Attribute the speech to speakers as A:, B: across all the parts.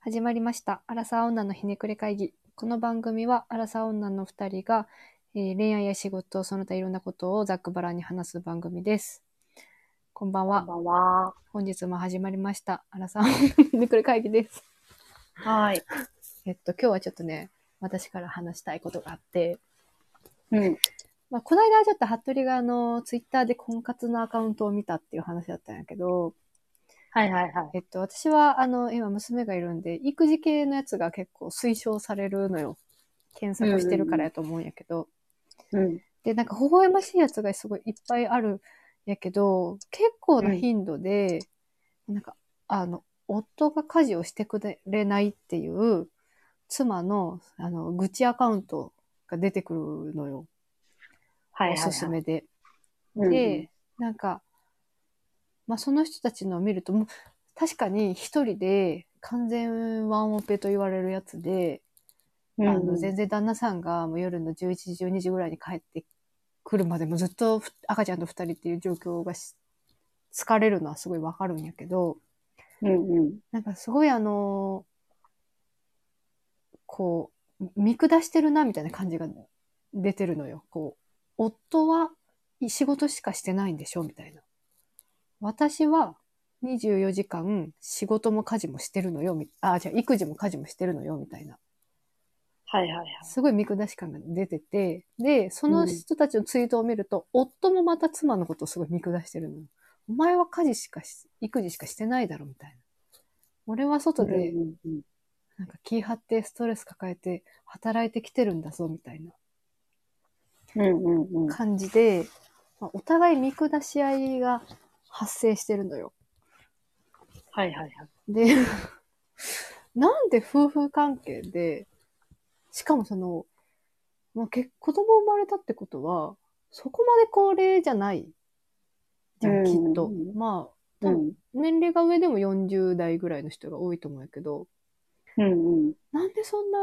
A: 始まりました。アラサー女のひねくれ会議。この番組は、アラサー女の二人が、えー恋愛や仕事、その他いろんなことをざっくばらんに話す番組です。こんばん
B: こん
A: は。
B: ばんは。
A: 本日も始まりました。アラサー女のひねくれ会議です。
B: はい。
A: えっと、今日はちょっとね、私から話したいことがあって、
B: うん。
A: まあ、この間ちょっと服部があの、ツイッターで婚活のアカウントを見たっていう話だったんやけど、
B: はいはいはい。
A: えっと、私はあの、今娘がいるんで、育児系のやつが結構推奨されるのよ。検索してるからやと思うんやけど。
B: うん。
A: で、なんか微笑ましいやつがすごいいっぱいあるんやけど、結構な頻度で、なんか、あの、夫が家事をしてくれないっていう、妻の、あの、愚痴アカウントが出てくるのよ。
B: はいはい、はい。
A: おすすめで。
B: うん
A: で、なんか、まあ、その人たちのを見ると、もう、確かに一人で完全ワンオペと言われるやつで、
B: うん、
A: あの、全然旦那さんがもう夜の11時、12時ぐらいに帰ってくるまでもずっとふ赤ちゃんと二人っていう状況がし疲れるのはすごいわかるんやけど、
B: うんうん。
A: なんかすごいあの、こう、見下してるなみたいな感じが出てるのよ。こう、夫は仕事しかしてないんでしょみたいな。私は24時間仕事も家事もしてるのよ。みあ、じゃ育児も家事もしてるのよ。みたいな。
B: はいはいはい。
A: すごい見下し感が出てて、で、その人たちのツイートを見ると、夫もまた妻のことをすごい見下してるのよ。お前は家事しかし、育児しかしてないだろ、みたいな。俺は外で
B: う、んうんうん
A: なんか気張ってストレス抱えて働いてきてるんだぞ、みたいな
B: うんうんうん。
A: 感じで、まあお互い見下し合いが発生してるのよ。
B: はいはいはい。
A: で、なんで夫婦関係で、しかもその、まあ、結子供生まれたってことは、そこまで高齢じゃない。じゃん、
B: うん
A: きっと。まあ、多分
B: ん。
A: 年齢が上でも40代ぐらいの人が多いと思うんやけど、
B: うんうん。
A: なんでそんな、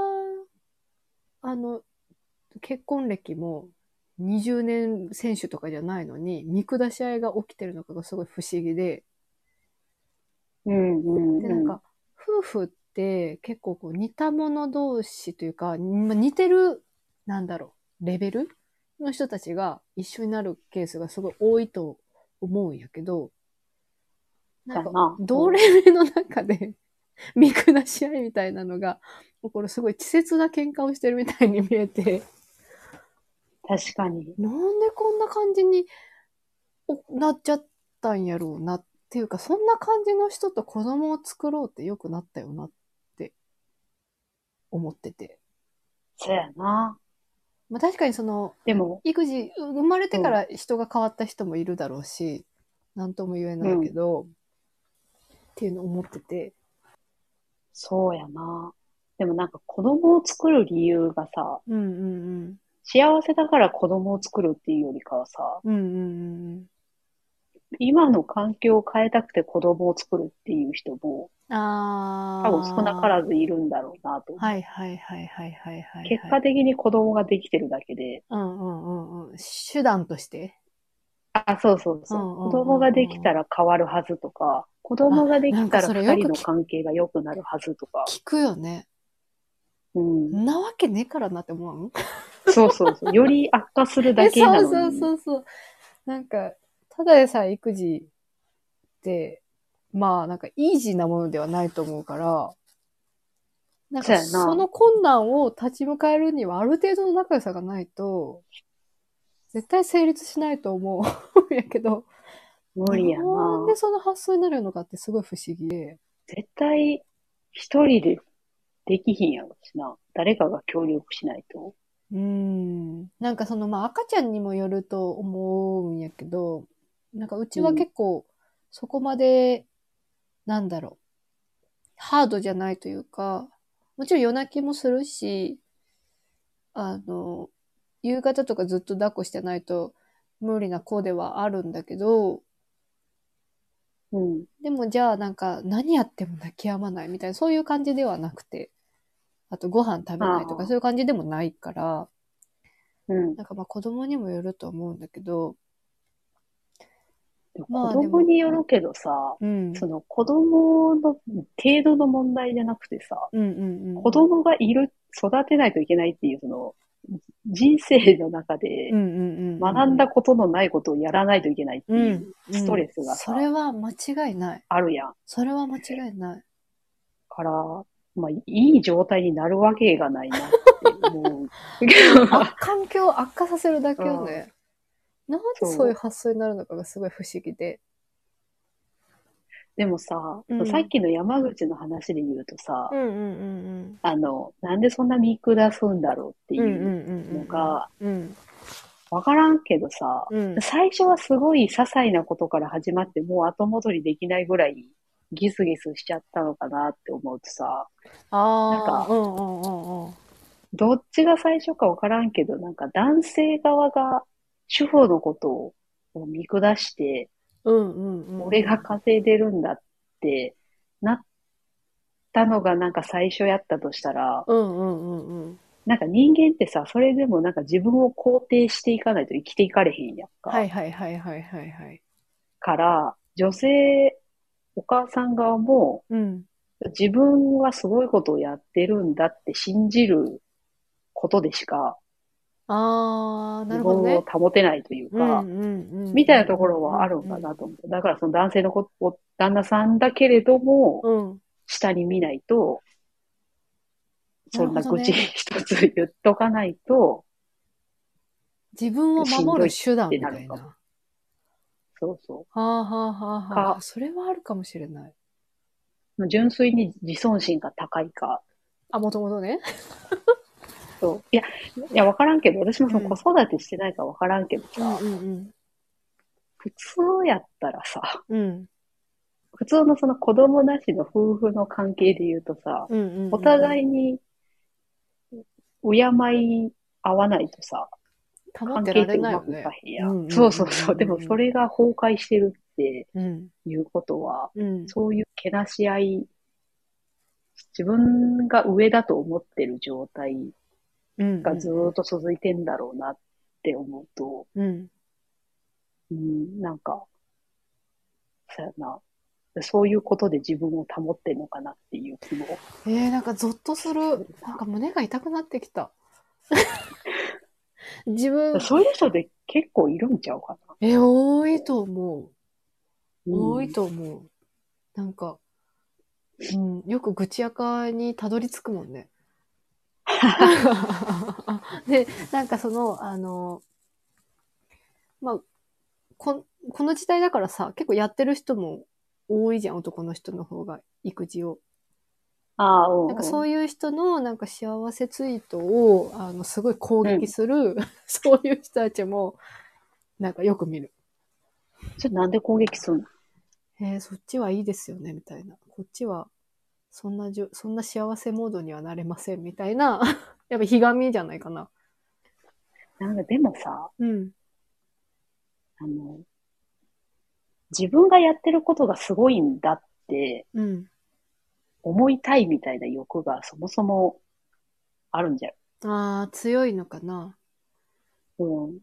A: あの、結婚歴も20年選手とかじゃないのに、見下し合いが起きてるのかがすごい不思議で、
B: うんうん。
A: で、なん、か、夫婦って結構こう似た者同士というか、まあ似てる、なんだろう、レベルの人たちが一緒になるケースがすごい多いと思うんやけど、なんか
B: だな、
A: 同レベルの中で 見下し合いみたいなのが、これすごい稚拙な喧嘩をしてるみたいに見えて、
B: 確かに。
A: なんでこんな感じにおなっちゃったんやろうなっていうか、そんな感じの人と子供を作ろうって良くなったよなって思ってて。
B: そうやな。
A: まあ確かにその、
B: でも、
A: 育児、生まれてから人が変わった人もいるだろうし、なんとも言えないけど、っていうのを思ってて。
B: そうやな。でもなんか子供を作る理由がさ、
A: うんうん
B: 幸せだから子供を作るっていうよりかはさ、
A: うん。うんうんうん
B: 今の環境を変えたくて子供を作るっていう人も、
A: うん。あ
B: 多
A: あ。
B: 分少なからずいるんだろうなと思う。
A: はいはいはいはいはいはい、はい。
B: 結果的に子供ができてるだけで、
A: うんうんうんうん。手段として。
B: あ、そうそうそう。
A: うんうんうんうん
B: 子供ができたら変わるはずとか、子供がで
A: あな
B: き
A: んか
B: たら
A: それ
B: 二
A: よ
B: 人
A: く
B: の
A: 聞く
B: 関係が良くなるはずとか。
A: 聞くよね。
B: うん。
A: んなわけねえからなって思わん
B: そうそうそう。より悪化するだ
A: え
B: けな
A: そ
B: の
A: うそう
B: に。
A: そうそう。なんか、ただでさえ育児って、まあなんかイージーなものではないと思うから、なんか
B: そうやな
A: その困難を立ち向かえるにはある程度の仲良さがないと、絶対成立しないと思う やけど、
B: 無理や
A: な。
B: なん
A: でその発想になるのかってすごい不思議で。
B: 絶対、一人でできひんやろしな。誰かが協力しないと。
A: うん。なんかその、まあ赤ちゃんにもよると思うんやけど、なんかうちは結構そこまで、なんだろう、ハードじゃないというか、もちろん夜泣きもするし、あの、夕方とかずっと抱っこしてないと無理な子ではあるんだけど、
B: うん。
A: でもじゃあなんか何やっても泣き止まないみたいな、そういう感じではなくて、あとご飯食べないと
B: あ
A: か
B: あ
A: そういう感じでもないから、
B: うん。
A: なんかまあ子供にもよると思うんだけど、まあ
B: 子供によるけどさ、
A: うん。
B: その子供の程度の問題じゃなくてさ、
A: うんうんうん。
B: 子供がいる、育てないといけないっていう、その、人生の中で
A: うんうんうん。
B: 学んだことのないことをやらないといけないって
A: うん、
B: いううんストレスがさ
A: それは間違いない。
B: あるやん。
A: それは間違いない。
B: から、まあ、いい状態になるわけがないなって思う。 け どまあ
A: あ環境を悪化させるだけよね。なんで
B: そう
A: そういう発想になるのかがすごい不思議で。
B: でもさ、
A: うん
B: さっきの山口の話で言うとさ、
A: んうんうん
B: あの、なんでそんな見下すんだろうって
A: うん
B: いう
A: うん
B: のが、
A: うん
B: わからんけどさ、
A: うん
B: 最初はすごい些細なことから始まって、もう後戻りできないぐらいギスギスしちゃったのかなって思うとさ、
A: あ
B: なん
A: あ
B: か
A: ー、うんうんうんうん。
B: どっちが最初かわからんけど、なんか男性側が主婦のことを見下して、
A: うんうんうん。
B: 俺が稼いでるんだってなったのがなんか最初やったとしたら、
A: うんうんうんうん。
B: なんか人間ってさ、それでもなんか自分を肯定していかないと生きていかれへんやんか。
A: はいはいはいはいはいはい。
B: から、女性、お母さん側も
A: うん。
B: 自分はすごいことをやってるんだって信じることでしか
A: ああ、な
B: 自
A: るほど
B: 分を
A: ね。
B: 保てないというか、みたいなところはあるのかなと思う。だからその男性のことを、旦那さんだけれども、
A: うん。
B: 下に見ないと、そん
A: な
B: な
A: るほ
B: 愚
A: どね
B: 痴一つ言っとかないと、
A: 自分を守る手段みた
B: しん
A: い
B: どいってな
A: な。
B: るそうそ
A: はあはあはあはあ。
B: か
A: それはあるかもしれない。
B: う。純粋に自尊心が高いか。
A: あ、もともとね。
B: そう。いや、いや、わからんけど、私もその
A: うん
B: 子育てしてないからわからんけどさ、
A: うんうん
B: 普通やったらさ、
A: うん。うん。
B: 普通のその子供なしの夫婦の関係で言うとさ、
A: うんうんうん。
B: お
A: い
B: 互いに、敬い合わないとさ、
A: 保っ
B: 関
A: て
B: 係
A: ら
B: って
A: れ
B: う
A: ないよ
B: まくい
A: ね
B: か。へんや
A: うんうんうんうん
B: ん。そうそうそう。でもそれが崩壊してるって
A: うん。
B: いうことは、
A: うん。
B: そういうけなし合い、自分が上だと思ってる状態
A: うん。
B: がずーっと続いてんだろうなって思うと、
A: うん。
B: うん、なんか、そうやな。そういうことで自分を保ってんのかなっていう気も。
A: えー、なんかゾッとする。なんか胸が痛くなってき た。自分、
B: そういう人で結構いるんちゃうかな。
A: え、多いと思う。
B: うん
A: 多いと思う。なんか、うん、よく愚痴やかにたどり着くもんね。 で、なんかその、あの、まあ、こ、この時代だからさ、結構やってる人も多いじゃん、男の人の方が、育児を。
B: ああ、うん。
A: なんかそういう人のなんか幸せツイートを、あの、すごい攻撃する、 そういう人たちも、なんかよく見る。
B: それなんで攻撃するの
A: えー、そっちはいいですよね、みたいな。こっちは、そんなじゅ、そんな幸せモードにはなれません、みたいな。 やっぱ、ひがみじゃないかな。
B: なんかでもさ、
A: うん。
B: あの、自分がやってることがすごいんだって
A: うん。
B: 思いたいみたいな欲がそもそもあるんじゃん。
A: ああ、強いのかな。
B: うん。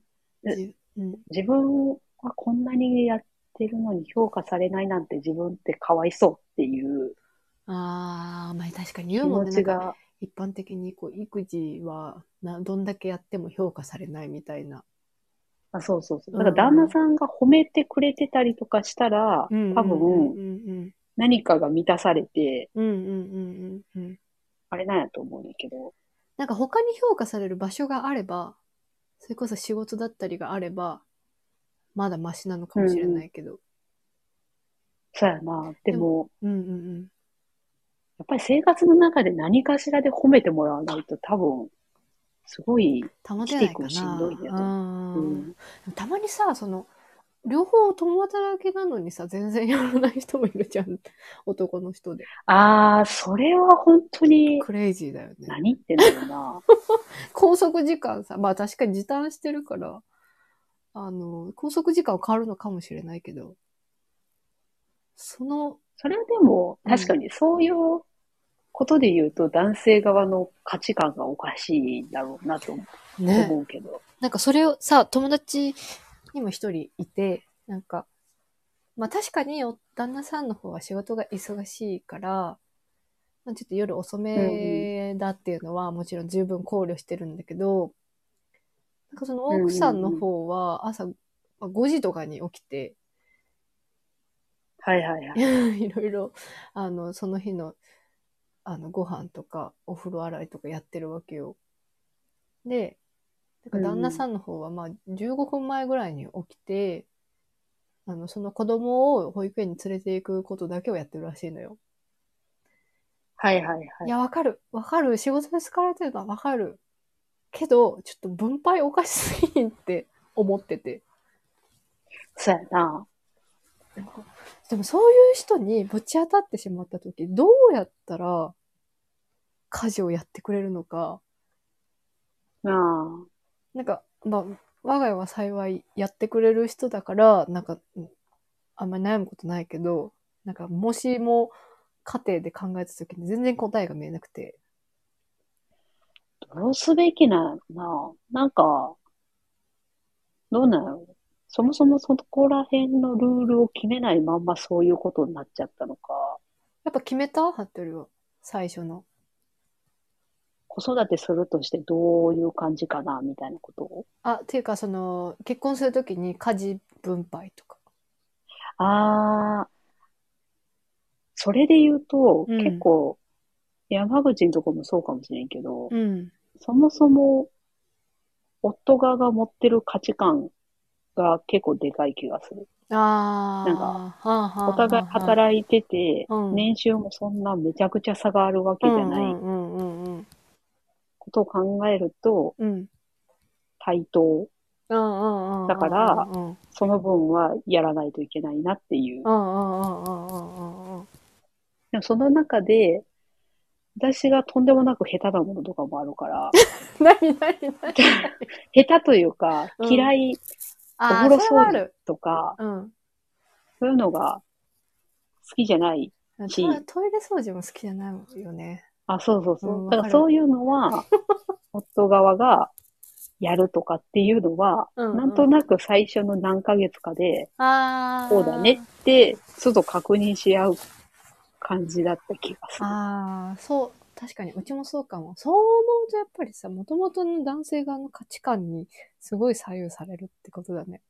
B: え
A: じうん。
B: 自分はこんなにやってるのに評価されないなんて自分ってかわいそうっていう
A: ああ、まあ確かに言
B: 気
A: うも
B: 持
A: んね。な
B: ち
A: んか
B: が、
A: 一般的に、こう、育児はな、どんだけやっても評価されないみたいな。
B: あ、そうそうそう。
A: うん
B: だから旦那さんが褒めてくれてたりとかしたら、
A: うん
B: 多
A: う
B: 分
A: ん
B: 何かが満たされて、
A: うんうん。うんうんうんうんうん。
B: あれなんやと思うんやけど、
A: なんか他に評価される場所があれば、それこそ仕事だったりがあれば、まだマシなのかもしれないけど。
B: そうやな。で
A: で
B: も、
A: うんうん
B: やっぱり生活の中で何かしらで褒めてもらわないと多分、すごい、
A: うん。保てないかな。
B: 生きていくのしんどいけど
A: うん
B: うん、
A: たまにさ、その、両方共働きなのにさ、全然やらない人もいるじゃん。男の人で。
B: ああ、それは本当に、
A: クレイジーだよね。
B: 何言ってんだろうな。
A: 拘束時間さ、まあ確かに時短してるから、あの、拘束時間は変わるのかもしれないけど、その、
B: それはでも、
A: うん
B: 確かにそういうことで言うと、男性側の価値観がおかしいんだろうなと
A: ね、
B: 思うけど。
A: なんかそれをさ、友達にも一人いて、なんか、まあ確かにお旦那さんの方は仕事が忙しいから、まあ、ちょっと夜遅めだっていうのはもちろん十分考慮してるんだけど、なんかその奥さんの方は朝まあ5時とかに起きて、
B: はいはいは い。
A: いろいろ、あの、その日の、あの、ご飯とか、お風呂洗いとかやってるわけよ。で、だから旦那さんの方は、まあ、15分前ぐらいに起きて、あの、その子供を保育園に連れて行くことだけをやってるらしいのよ。
B: はいはい
A: い、
B: はい。
A: や、わかる。わかる。仕事で疲れてるのはわかる。けど、ちょっと分配おかしすぎんって思ってて。
B: そうやな。
A: でもそういう人にぶち当たってしまった時、どうやったら家事をやってくれるのか、
B: なあ。
A: なんか、まあ、我が家は幸いやってくれる人だから、なんか、うんあんまり悩むことないけど、なんか、もしも家庭で考えた時に全然答えが見えなくて。
B: どうすべきなんやろな。なんか、どうなんやろそもそもそこら辺のルールを決めないまんまそういうことになっちゃったのか、
A: やっぱ決めたハットリは。最初の。
B: 子育てするとしてどういう感じかな、みたいなことを。
A: あ、っていうか、その、結婚するときに家事分配とか。
B: あー、それで言うと、
A: うん
B: 結構、山口のとこもそうかもしれんけど、
A: うん。
B: そもそも、夫側が持ってる価値観が結構でかい気がする。
A: あー。
B: なんか
A: はあはあはあ、
B: お互い働いてて、
A: うん
B: 年収もそんなめちゃくちゃ差があるわけじゃ
A: う
B: ない
A: んうんうんうん
B: ことを考えると、
A: うん。うん。
B: 対等、
A: うんうんうんうん。
B: だから
A: うんうん
B: その分はやらないといけないなっていう
A: う。んうんうんうんうんうん。
B: でもその中で、私がとんでもなく下手なものとかもあ るから、
A: なになになに
B: 下手というか
A: うん
B: 嫌い
A: あ
B: お
A: あ、
B: 風呂
A: それはあ
B: 掃除
A: る。
B: とか、
A: うん。
B: そういうのが好きじゃない。し
A: トイトイレ掃除も好きじゃないよね。
B: あ、そうそうそう。
A: うん
B: だ
A: わ
B: か
A: からる
B: そういうの は、夫側がやるとかっていうのは、
A: うんうん
B: なんとなく最初の何ヶ月かで、
A: ああ。
B: こうだね。って、ちょっと確認し合う感じだった気がする。
A: ああ、そう。確かに、うちもそうかも。そう思うと、やっぱりさ、もともとの男性側の価値観にすごい左右されるってことだね。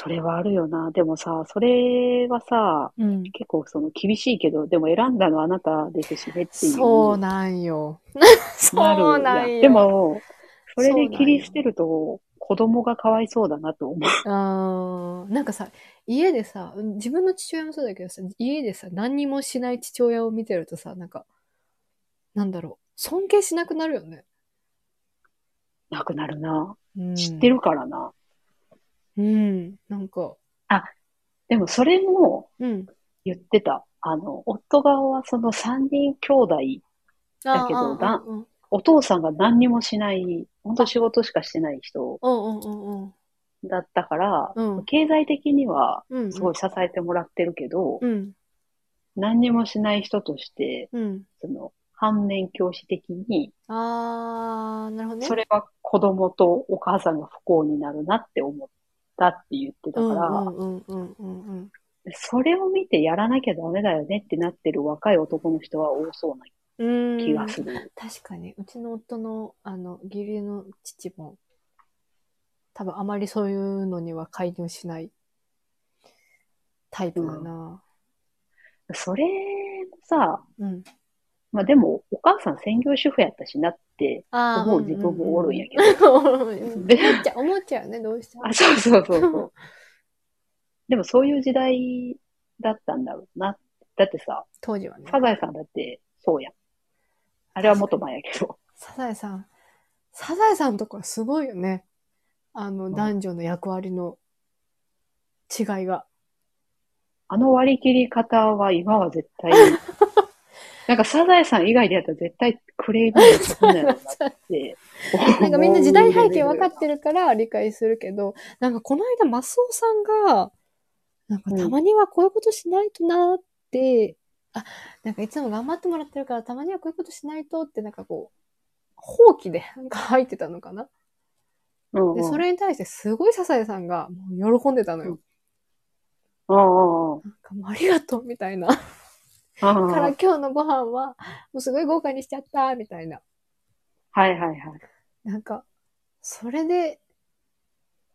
B: それはあるよな。でもさ、それはさ、
A: うん。
B: 結構その厳しいけど、でも選んだのはあなたですしねっていう。
A: そうなんよ。
B: なる
A: そうなんよ。
B: で、も、それで切
A: そうなんよ
B: り捨てると、子供がかわいそうだなと思う。
A: あーなんかさ、家でさ、自分の父親もそうだけどさ、家でさ、何にもしない父親を見てるとさ、なんか、なんだろう、尊敬しなくなるよね。
B: なくなるな。
A: うん、
B: 知ってるからな。
A: うん、なんか、
B: でもそれも
A: うん。
B: 言ってた。あの、夫側はその3人兄弟、だけどだ
A: うん
B: お父さんが何にもしない、本当仕事しかしてない人
A: うんうん
B: だったから、
A: うん
B: 経済的には
A: うん。うん。
B: すごい支えてもらってるけど、
A: うん。
B: 何にもしない人として、
A: うん。
B: その、反面教師的に、
A: あー、なるほどね。
B: そ
A: れ
B: れは子供とお母さんが不幸になるなって思ったって言ってたから、
A: うんうんうんうんうん。
B: それを見てやらなきゃダメだよねってなってる若い男の人は多そうな
A: うん。
B: 気がする。
A: 確かに、うちの夫の、あの、義理の父も、多分あまりそういうのには介入しないタイプだな。
B: それもさ、
A: うん。
B: まあでもお母さん専業主婦やったしなって
A: ああ。
B: 思う自分もおるんやけど。
A: けど。 思っ
B: で
A: ちゃう、思っちゃうね、どうしても。
B: あ、そうそうそうそう。でもそういう時代だったんだろうな。だってさ、
A: 当時はね。
B: サザエさんだってそうやん。あれはもっと前やけど。
A: サザエさん。サザエさんとかすごいよね。あの、
B: ん
A: 男女の役割の違いが。
B: あの割り切り方は今は絶 対、なんかサザエさん以外でやったら絶対クレームが来ないだろうなって。
A: なんかみんな時代背景分かってるから理解するけど、なんかこの間マスオさんが、なんかたまにはこういうことしないとなって、あ、なんかいつも頑張ってもらってるからたまにはこういうことしないとってなんかこう、放棄でなんか入ってたのかな
B: うんうん
A: で、それに対してすごいサザエさんがもう喜んでたのよ。
B: うんうん
A: なんかもうありがとうみたいな。か
B: うん。
A: ら
B: はい
A: 今日のご飯は、もうすごい豪華にしちゃった、みたいな。
B: はいはい。
A: なんか、それで、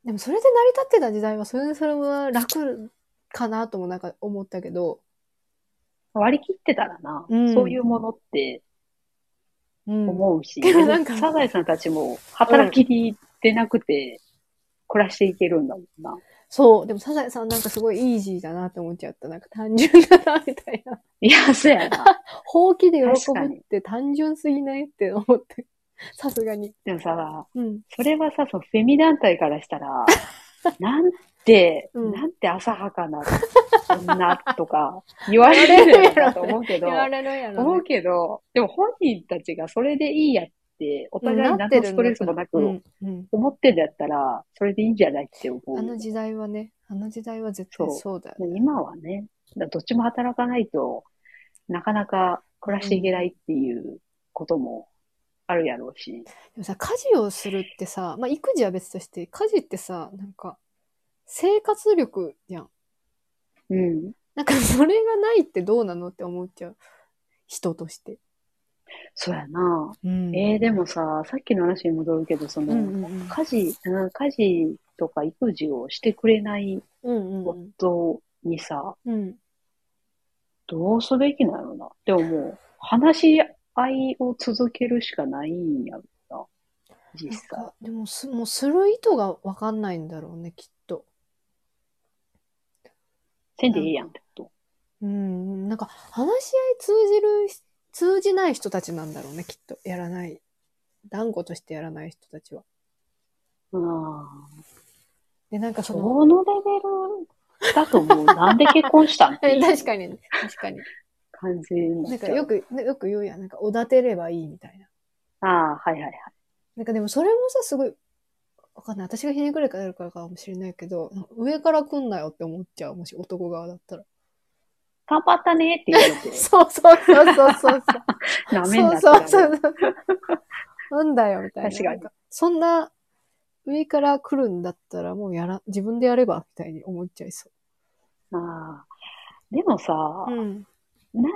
A: でもそれで成り立ってた時代は、それでそれは楽かなともなんか思ったけど、
B: 割り切ってたらな、
A: うん
B: そういうものって
A: うん。
B: 思うし、
A: けどなんか
B: サザエさんたちも働きに出なくて暮らしていけるんだもんな。
A: そう。でもサザエさんなんかすごいイージーだなって思っちゃった。なんか単純だな、みたいな。
B: いや、そうやな。
A: ほうきで喜ぶ
B: 確か
A: っ
B: に
A: て単純すぎないって思って。さすがに。
B: でもさ、
A: うん。
B: それはさ、そのフェミ団体からし たら、なんて、
A: うん
B: なんて浅はかな女とか言われるんだと思うけど、
A: 言われるやろ、
B: 思
A: ね
B: う。けど、でも本人たちがそれでいいやって、お互い
A: うん
B: 何のストレスもな
A: う
B: く
A: んうん。
B: 思ってんだったら、それでいいんじゃないって思う。
A: あの時代はね、あの時代は絶対
B: そう
A: そうだよ。
B: もう今はね、だどっちも働かないとなかなか暮らしていけないっていうこともあるやろうし。
A: でもさ、家事をするってさ、まあ、育児は別として、家事ってさ、なんか、生活力じゃん。
B: うん。
A: なんか、それがないってどうなのって思っちゃう。人として。
B: そうやな。
A: うん
B: えー、でもさ、さっきの話に戻るけど、その、
A: うんうんうん
B: 家事、うん、家事とか育児をしてくれない
A: うんうん
B: 夫にさ、
A: うん。うん。
B: どうすべきなのな。でももう、話し合いを続けるしかないんやろな。
A: な
B: 実
A: ん
B: 際。
A: か、でもす、もうする意図がわかんないんだろうね、きっと。
B: せんでいいやんってこと。
A: うん。なんか、話し合い通じるひ、通じない人たちなんだろうね、きっと。やらない。断固としてやらない人たちは。
B: うん。
A: で、なんかその、
B: そのレベルだ ともう、なんで結婚したんって
A: え
B: い う
A: 確かに、確かに。
B: 感じにな
A: な
B: っ
A: んか
B: ちゃう。
A: よく、ねよく言うやん。なんか、おだてればいいみたいな。
B: ああ、はいはいはい。
A: なんかでもそれもさ、すごい、わかんない。私がひねくれからかもしれないけど、なんか上から来んなよって思っちゃう。もし男側だったら。、
B: 頑張ったねって言われ て
A: そうそうそうそうそう。
B: なめん
A: そ
B: な
A: う
B: ってな
A: そう
B: る
A: そうそう。なんだよ、みたいな。
B: 確かに
A: んそんな、上から来るんだったら、もうやら、自分でやれば、みたいに思っちゃいそ
B: ああでもさ、
A: う。うん。
B: な、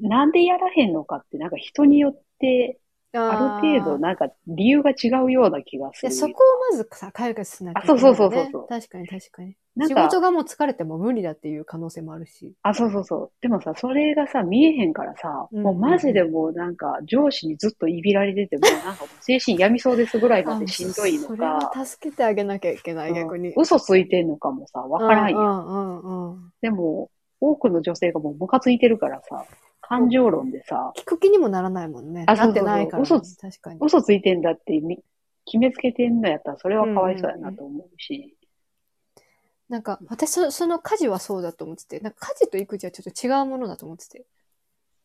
B: なんでやらへんのかって、なんか人によって、
A: ー
B: ある程度、なんか理由が違うような気がす
A: で
B: る。
A: そこをまずさ、解決しなきゃいけない、ね。
B: あそうそうそうそうそう
A: 確かに確かに。
B: なん
A: 仕
B: か
A: 事がもう疲れても無理だっていう可能性もあるし。
B: あ、そうそうそう。でもさ、それがさ、見えへんからさ、
A: うん
B: もうマジでもうなんか、上司にずっといびられてて、もうなんかもう精神病みそうですぐらいまでしんどいの
A: それ
B: か、
A: は助けてあげなきゃいけない、
B: うん
A: 逆に。
B: 嘘ついてんのかもさ、わからん
A: う
B: や
A: ん
B: ん。
A: うんうんうん。
B: でも、多くの女性がもうムカついてるからさ、感情論でさ、
A: 聞く気にもならないもんね。
B: あそ
A: なっ
B: うそう
A: て
B: そう
A: ないからね、
B: 嘘つ
A: 確かに。
B: 嘘ついてんだってみ決めつけてんのやったら、それはかわいそうやなと思うし。
A: なんか、私そ、その家事はそうだと思ってて、なんか家事と育児はちょっと違うものだと思ってて。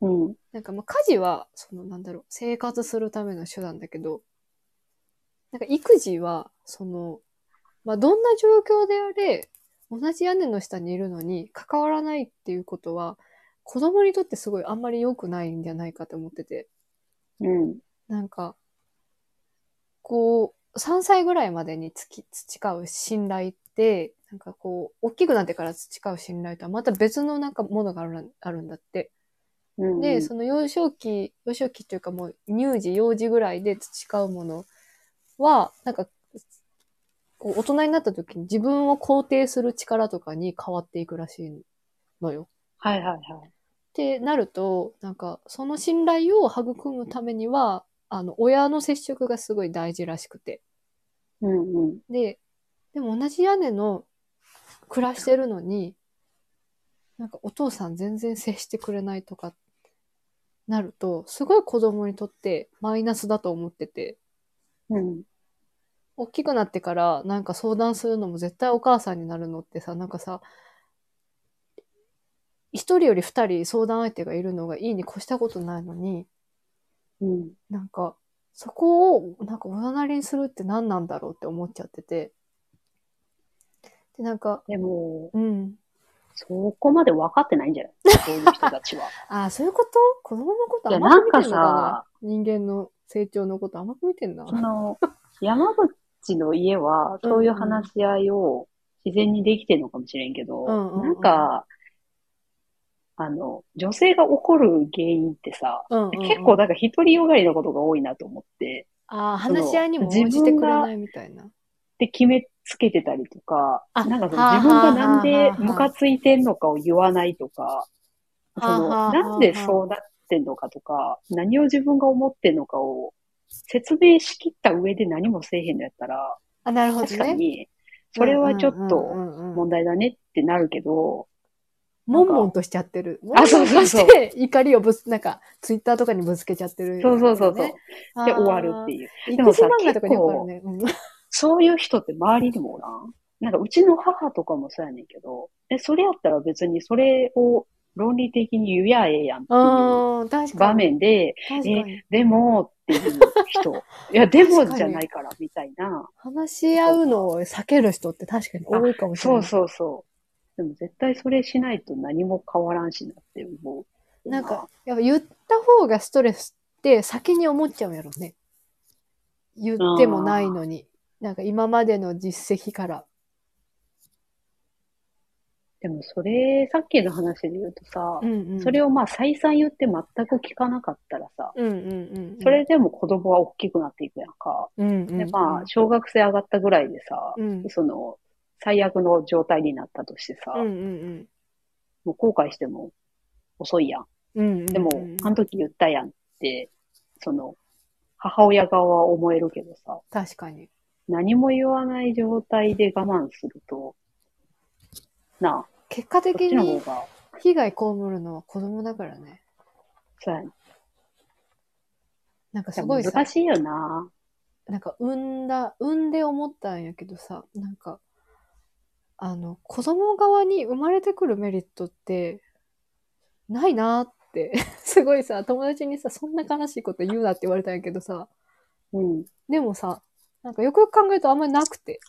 B: うん。
A: なんかまあ家事は、そのなんだろう、生活するための手段だけど、なんか育児は、その、まあどんな状況であれ、同じ屋根の下にいるのに関わらないっていうことは、子供にとってすごいあんまり良くないんじゃないかと思ってて、
B: うん。
A: なんか、こう、3歳ぐらいまでにつき培う信頼って、なんかこう、大きくなってから培う信頼とはまた別のなんかものがあるなあるんだって。
B: うん
A: で、その幼少期、幼少期というかもう乳児、幼児ぐらいで培うものは、なんか、こう大人になった時に自分を肯定する力とかに変わっていくらしいのよ。
B: はいはいはい。
A: ってなると、なんか、その信頼を育むためには、あの、親の接触がすごい大事らしくて。
B: うんうん。
A: で、でも同じ屋根の暮らしてるのに、なんかお父さん全然接してくれないとか、なると、すごい子供にとってマイナスだと思ってて、
B: うん。
A: 大きくなってからなんか相談するのも絶対お母さんになるのってさ、なんかさ、一人より二人相談相手がいるのがいいに越したことないのに、
B: うん。
A: なんか、そこを、なんか、おざなりにするって何なんだろうって思っちゃってて。で、なんか、
B: でも、
A: うん。
B: そこまで分かってないんじゃないそういう人た ちは。
A: ああ、そういうこと子供のこと
B: いや
A: 甘く見てんのかな
B: なんか
A: 人間の成長のこと甘く見てんな。
B: その、山口の家は、そういう話し合いを自然にできてるのかもしれんけど、
A: うんうんうん
B: なんか、あの、女性が怒る原因ってさ、
A: うんうんうん
B: 結構、なんか独りよがりなことが多いなと思って、
A: ああ、
B: その
A: 話し合いにも応じてくれないみたいな。
B: で、決めつけてたりとか、
A: あ
B: なんかそ
A: は
B: の
A: あ
B: 自分がなん
A: はあ
B: で
A: はあ
B: ムカついてんのかを言わないとか、そ
A: はあはあ
B: の、
A: はあ
B: なんでそうなってんのかとか、何を自分が思ってんのかを説明しきった上で何もせえへんのやったら、
A: あ、なるほど
B: 確か
A: ね。
B: に、それはちょっ
A: う
B: と
A: んうんうんうん
B: 問題だねってなるけど、
A: 悶々としちゃってる。
B: あそうそうそう
A: 悶々として怒りをぶつ、なんか、ツイッターとかにぶつけちゃってる。
B: そうそうそうそう。
A: う
B: で、終わるっていう。
A: いう。
B: で
A: で
B: も
A: も
B: さ
A: さ、漫画とかによくあるね。うん
B: そういう人って周りにもおらんなんかうちの母とかもそうやねんけど、え、それやったら別にそれを論理的に言やええやんっていう
A: うん、確かに。
B: 場。面で、
A: 確かに。
B: でもっていう 人。いや、でも
A: 確かに
B: じゃないからみたいな。
A: 話し合うのを避ける人って確かに多いかもしれ
B: そ
A: な
B: う
A: い。
B: そうそう。でも絶対それしないと何も変わらんしなって思う。
A: なんか、やっぱ言った方がストレスって先に思っちゃうやろね。言ってもないのに。なんか今までの実績から。
B: でもそれ、さっきの話で言うとさ
A: う、んうん。
B: それ
A: を、
B: をまあ再三言って全く聞かなかったらさ、
A: うんうんうん。
B: それでも子供は大きくなっていくやんか。
A: うんうん。
B: で、まあ、小学生上がったぐらいでさ、
A: うん
B: その、最悪の状態になったとしてさ、
A: うんうん
B: もう後悔しても遅いやん。
A: うん。うんうんうん。
B: でも、あの時言ったやんって、その、母親側は思えるけどさ、
A: 確かに。
B: 何も言わない状態で我慢すると、なあ、
A: 結果
B: そっ
A: 的
B: ちの方
A: に
B: が、
A: 被害被るのは子供だからね。
B: そうやね
A: なんかすごいさ
B: 難、しいよな。
A: なんか産んだ、産んで思ったんやけどさ、なんか、あの、子供側に生まれてくるメリットって、ないなーって、 すごいさ、友達にさ、そんな悲しいこと言うなって言われたんやけどさ、
B: うん。
A: でもさ、なんかよくよく考えるとあんまりなくて。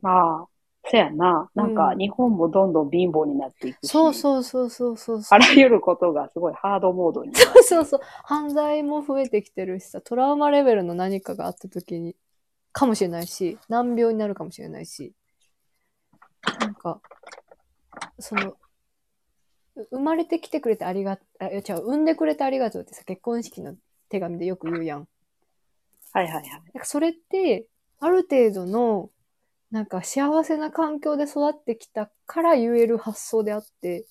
B: まあ、そうやな。なんか
A: う、ん
B: 日本もどんどん貧乏になっていくし、
A: そうそうそうそうそうそう。
B: あらゆることがすごいハードモードになる。
A: そうそう。犯罪も増えてきてるしさ、トラウマレベルの何かがあった時に、かもしれないし、難病になるかもしれないし、なんか、その、う生まれてきてくれてありが、あ、いや違う、産んでくれてありがとうってさ、結婚式の手紙でよく言うやん。
B: はいはいはい。
A: なんかそれって、ある程度の、なんか幸せな環境で育ってきたから言える発想であって、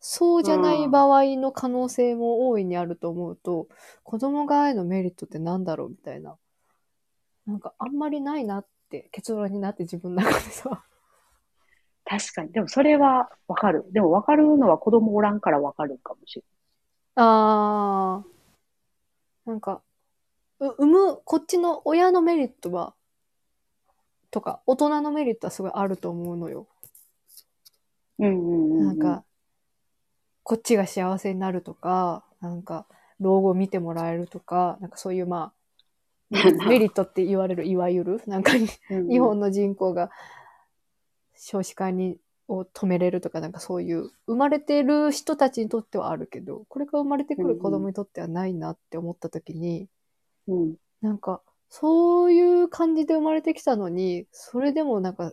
A: そうじゃない場合の可能性も大いにあると思うと、子供側へのメリットってなんだろうみたいな。なんかあんまりないなって結論になって自分の中でさ。
B: 確かに。でもそれはわかる。でもわかるのは子供おらんからわかるかもしれ
A: あー。なんか、う産む、こっちの親のメリットは、とか、大人のメリットはすごいあると思うのよ。
B: ない。うんうんうん。
A: なん か、、こっちが幸せになるとか、なんか、老後見てもらえるとか、なんかそういう まあ、メリットって言われる、いわゆる、なんか日
B: 日
A: 本の人口が少子化に、を止めれるとか、なんかそういう、生まれてる人たちにとってはあるけど、これから生まれてくる子供にとってはないなって思った時に、
B: うん。
A: なんか、そういう感じで生まれてきたのに、それでもなんか、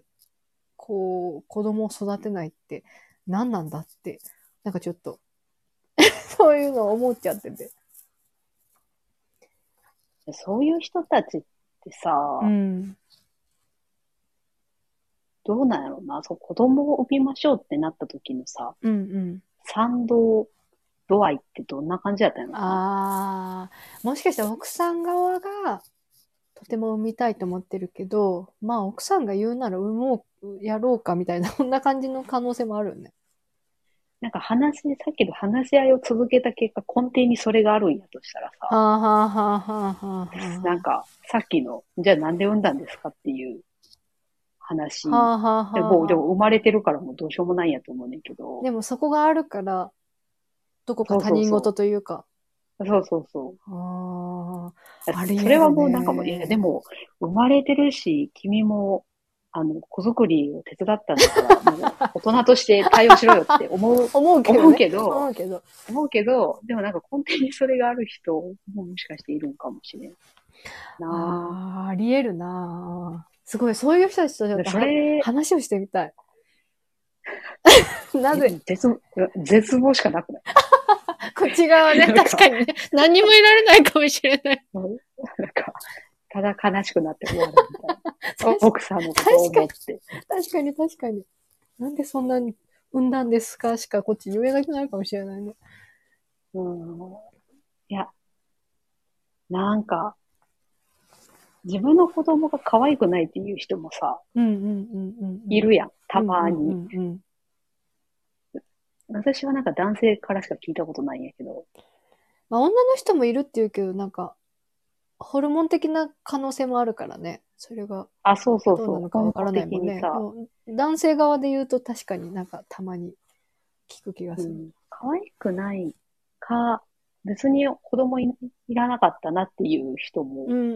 A: こう、子供を育てないって何なんだって、なんかちょっと、 そういうの思っちゃってて。
B: そういう人たちってさ、
A: うん。
B: どうなんやろうな。そう、子供を産みましょうってなった時のさ、
A: うんうん。
B: 賛同度合いってどんな感じだったんやろう
A: あ
B: な。
A: ー、もしかしたら奥さん側が、とても産みたいと思ってるけど、まあ奥さんが言うなら産もう、やろうかみたいな、そんな感じの可能性もあるよね。
B: なんか話、さっきの話し合いを続けた結果、根底にそれがあるんやとしたら
A: は
B: さ、
A: あはあはあはあはあはあ。
B: なんか、さっきの、じゃあなんで産んだんですかっていう話。
A: はあはあは
B: で
A: あはあ
B: もう、でも生まれてるからもうどうしようもないんやと思うねんけど。
A: でもそこがあるから、どこか他人事というか。
B: そうそうそう。
A: あありえるね
B: それはもうなんかもう、いや、でも、生まれてるし、君も、あの、子作りを手伝ったんだから、もう大人として対応しろよって思う、
A: あ。思うけど、ね。
B: 思うけど
A: 思うけど。
B: 思うけ ど、でもなんか根底にそれがある人ももしかしているんかもしれん。な
A: あ
B: あ。
A: あ、ありえるなすごい、そういう人たちとちょっと
B: それ、
A: 話をしてみ たい。なぜ、
B: 絶望、絶望しかなくない。
A: こっち側ね、
B: なんか
A: 確かにね、何にもいられないかもしれない。
B: なんか、ただ悲しくなって終わるみ たいな
A: 確。か
B: 奥さんのことを思って。
A: 確かに、確かに。なんでそんなに産んだんですかしかこっち言えなくなるかもしれないね。
B: うん。いや、なんか、自分の子供が可愛くないっていう人もさ、
A: うんうんうんうん。
B: いるやん、たま
A: うん
B: に。
A: うんうん
B: 私はなんか男性からしか聞いたことないんやけど、
A: まあ、女の人もいるっていうけど、なんか、ホルモン的な可能性もあるからね。それが
B: あ、そうそう
A: どう
B: そ
A: な
B: う、
A: のかわからないもん
B: 本
A: ね。
B: 格的
A: で
B: にさ、
A: も男性側で言うと確かになんかたまに聞く気が
B: う
A: する。
B: ん、可愛くないか、別に子供いいらなかったなっていう人も、
A: うんうんうんう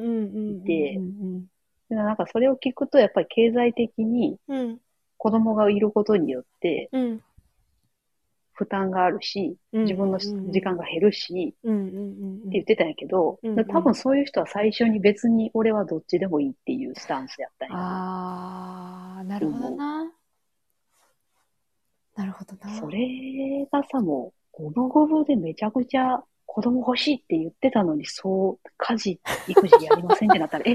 A: ん。
B: で
A: うん
B: でもなんかそれを聞くと、やっぱり経済的に
A: うん。うん
B: 子供がいることによって
A: うん。
B: 負担があるし、
A: うん
B: 自分の時間が減るし、
A: うんうんうんうん。
B: って言ってたんやけど、
A: うん
B: で多分そういう人は最初に別に俺はどっちでもいいっていうスタンスやったんや
A: あー、なるほどな。なるほどな。
B: けど。それがさ、もう、ゴブゴブでめちゃくちゃ子供欲しいって言ってたのに、そう、家事、育児やりませんってなったら、え、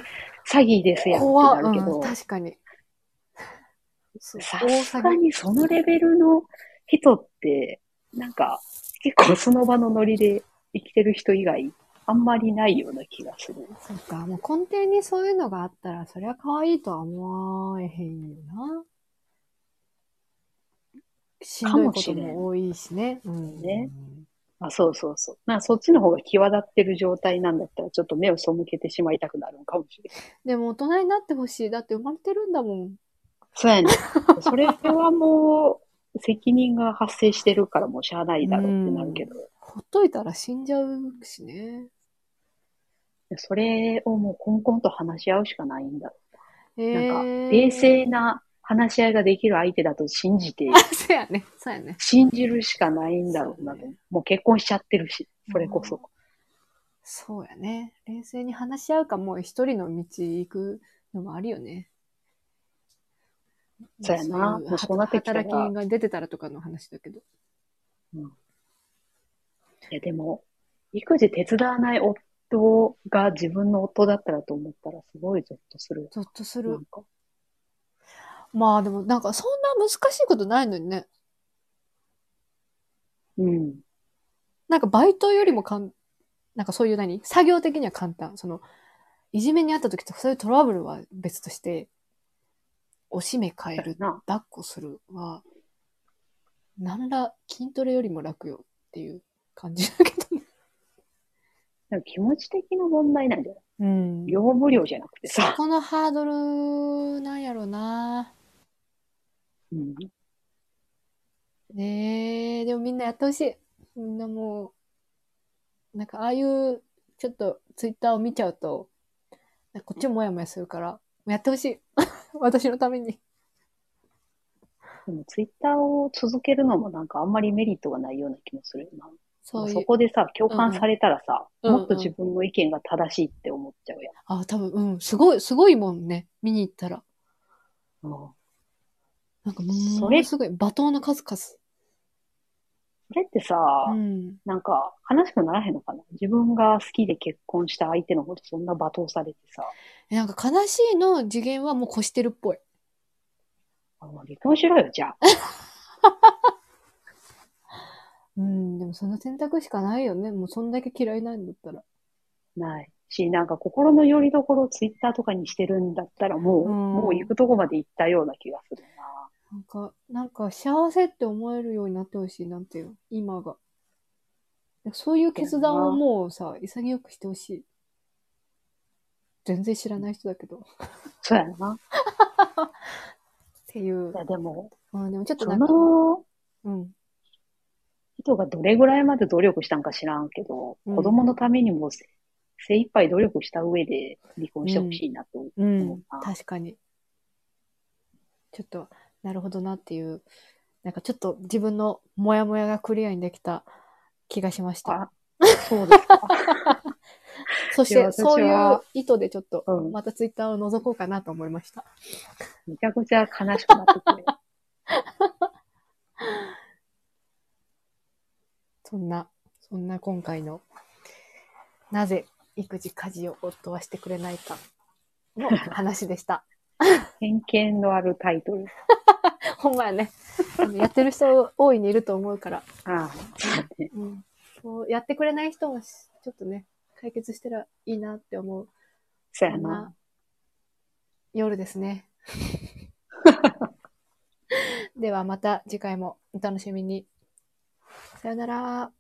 B: 詐欺ですやんって
A: 怖
B: な
A: っ、
B: るけど
A: うん、、確かに。そう
B: さ
A: 大
B: す
A: 詐
B: が
A: 欺
B: にそのレベルの人って、なんか、結構その場のノリで生きてる人以外、あんまりないような気がする。
A: そうか、もう根底にそういうのがあったら、そりゃ可愛いとは思えへんよな。しんどいことも多いしね。うん。
B: ねあ、そうそうそう。まあ、そっちの方が際立ってる状態なんだったら、ちょっと目を背けてしまいたくなるのかもしれない。
A: でも大人になってほしい。だって生まれてるんだもん。
B: そうやね。 それはもう、責任が発生してるからもうしゃあないだろうってなるけど、
A: ほっといたら死んじゃうしね。
B: それをもうコンコンと話し合うしかないんだ。
A: え
B: なんか、
A: ー、
B: 冷。静な話し合いができる相手だと信じて、
A: あ、 そうやね。そうやね。
B: 信じるしかないんだろうなと
A: そう。
B: もう結婚しちゃってるし、それこそ。
A: そうやね。冷静に話し合うか、もう一人の道行くのもあるよね。
B: そうや
A: そ
B: な
A: うい
B: もうそうなってきたら
A: 働きが出てたらとかの話だけど。
B: いや、でも、育児手伝わない夫が自分の夫だったらと思ったら、すごいゾッとする。
A: ゾッとす
B: な
A: る
B: ん。か
A: まあでもなんかそんな難しいことないのにね。
B: うん。
A: なんかバイトよりもかん、なんかそういう何作業的には簡単。その、いじめにあった時とかそういうトラブルは別として、おしめ変える、
B: な。
A: 抱っこするは、なんら筋トレよりも楽よっていう感じだけどね。
B: なんか気持ち的な問題なんじゃない
A: うん
B: 業務量じゃなくて
A: そ
B: さ。
A: このハードルなんやろうな。
B: うん。
A: ねえ、でもみんなやってほしい。みんなもう、なんかああいう、ちょっとツイッターを見ちゃうと、なんかこっちもやもやするから、やってほしい。 私のために。
B: でも、ツイッターを続けるのもなんかあんまりメリットがないような気もするよな。
A: そうい。
B: そうこでさ、共感されたらさ、
A: うんうん
B: もっと自分の意見が正しいって思っちゃうや
A: あ、多分、うん、すごい、すごいもんね。見に行ったら。
B: ん。
A: なんか
B: そ
A: も
B: れ
A: のすごい、罵倒の数
B: それってさ、
A: 々。うん。
B: なんか、悲しくならへんのかな自分が好きで結婚した相手のことそんな罵倒されてさ、
A: えなんか悲しいの次元はもう越してるっぽい。
B: あ離婚しろよ、じゃあ。
A: うん、でもその選択しかないよね。もうそんだけ嫌いなんだったら。
B: ないし、なんか心の拠り所をツイッターとかにしてるんだったらもう、
A: うん
B: もう行くとこまで行ったような気がする
A: なんか、なんか幸せって思えるようになってほしい、なんていうの、今が。そういう決断をもうさ、潔くしてほしい。全然知らない人だけど。っ
B: な。そうやな。
A: ていう
B: い。やでも、
A: うん、でもちょっと
B: そ
A: なんか、
B: の
A: うん。
B: 人がどれぐらいまで努力したんか知らんけど、
A: うん
B: 子供のためにもせ精一杯努力した上で離婚してほしいなと思
A: う
B: うな。
A: ん、確かに。ちょっと、なるほどなっていう、なんかちょっと自分のモヤモヤがクリアにできた気がしました。
B: あ、そうですか。
A: そし
B: いや
A: て、
B: 私
A: そういう
B: は
A: 意図でちょっと、
B: うん
A: またツイッターを覗こうかなと思いました。
B: めちゃくちゃ悲しくなってくる。
A: そんな、そんな今回の、なぜ育児家事を夫はしてくれないか の話でした。
B: 偏見のあるタイトル。
A: ほんまやね。あのやってる人大いにいると思うから、
B: ああ、そうね
A: うん、そうやってくれない人もしちょっとね、解決したらいいなって思う。
B: そうや
A: そん
B: な
A: な。夜です ね。ではまた次回もお楽しみに。さよなら。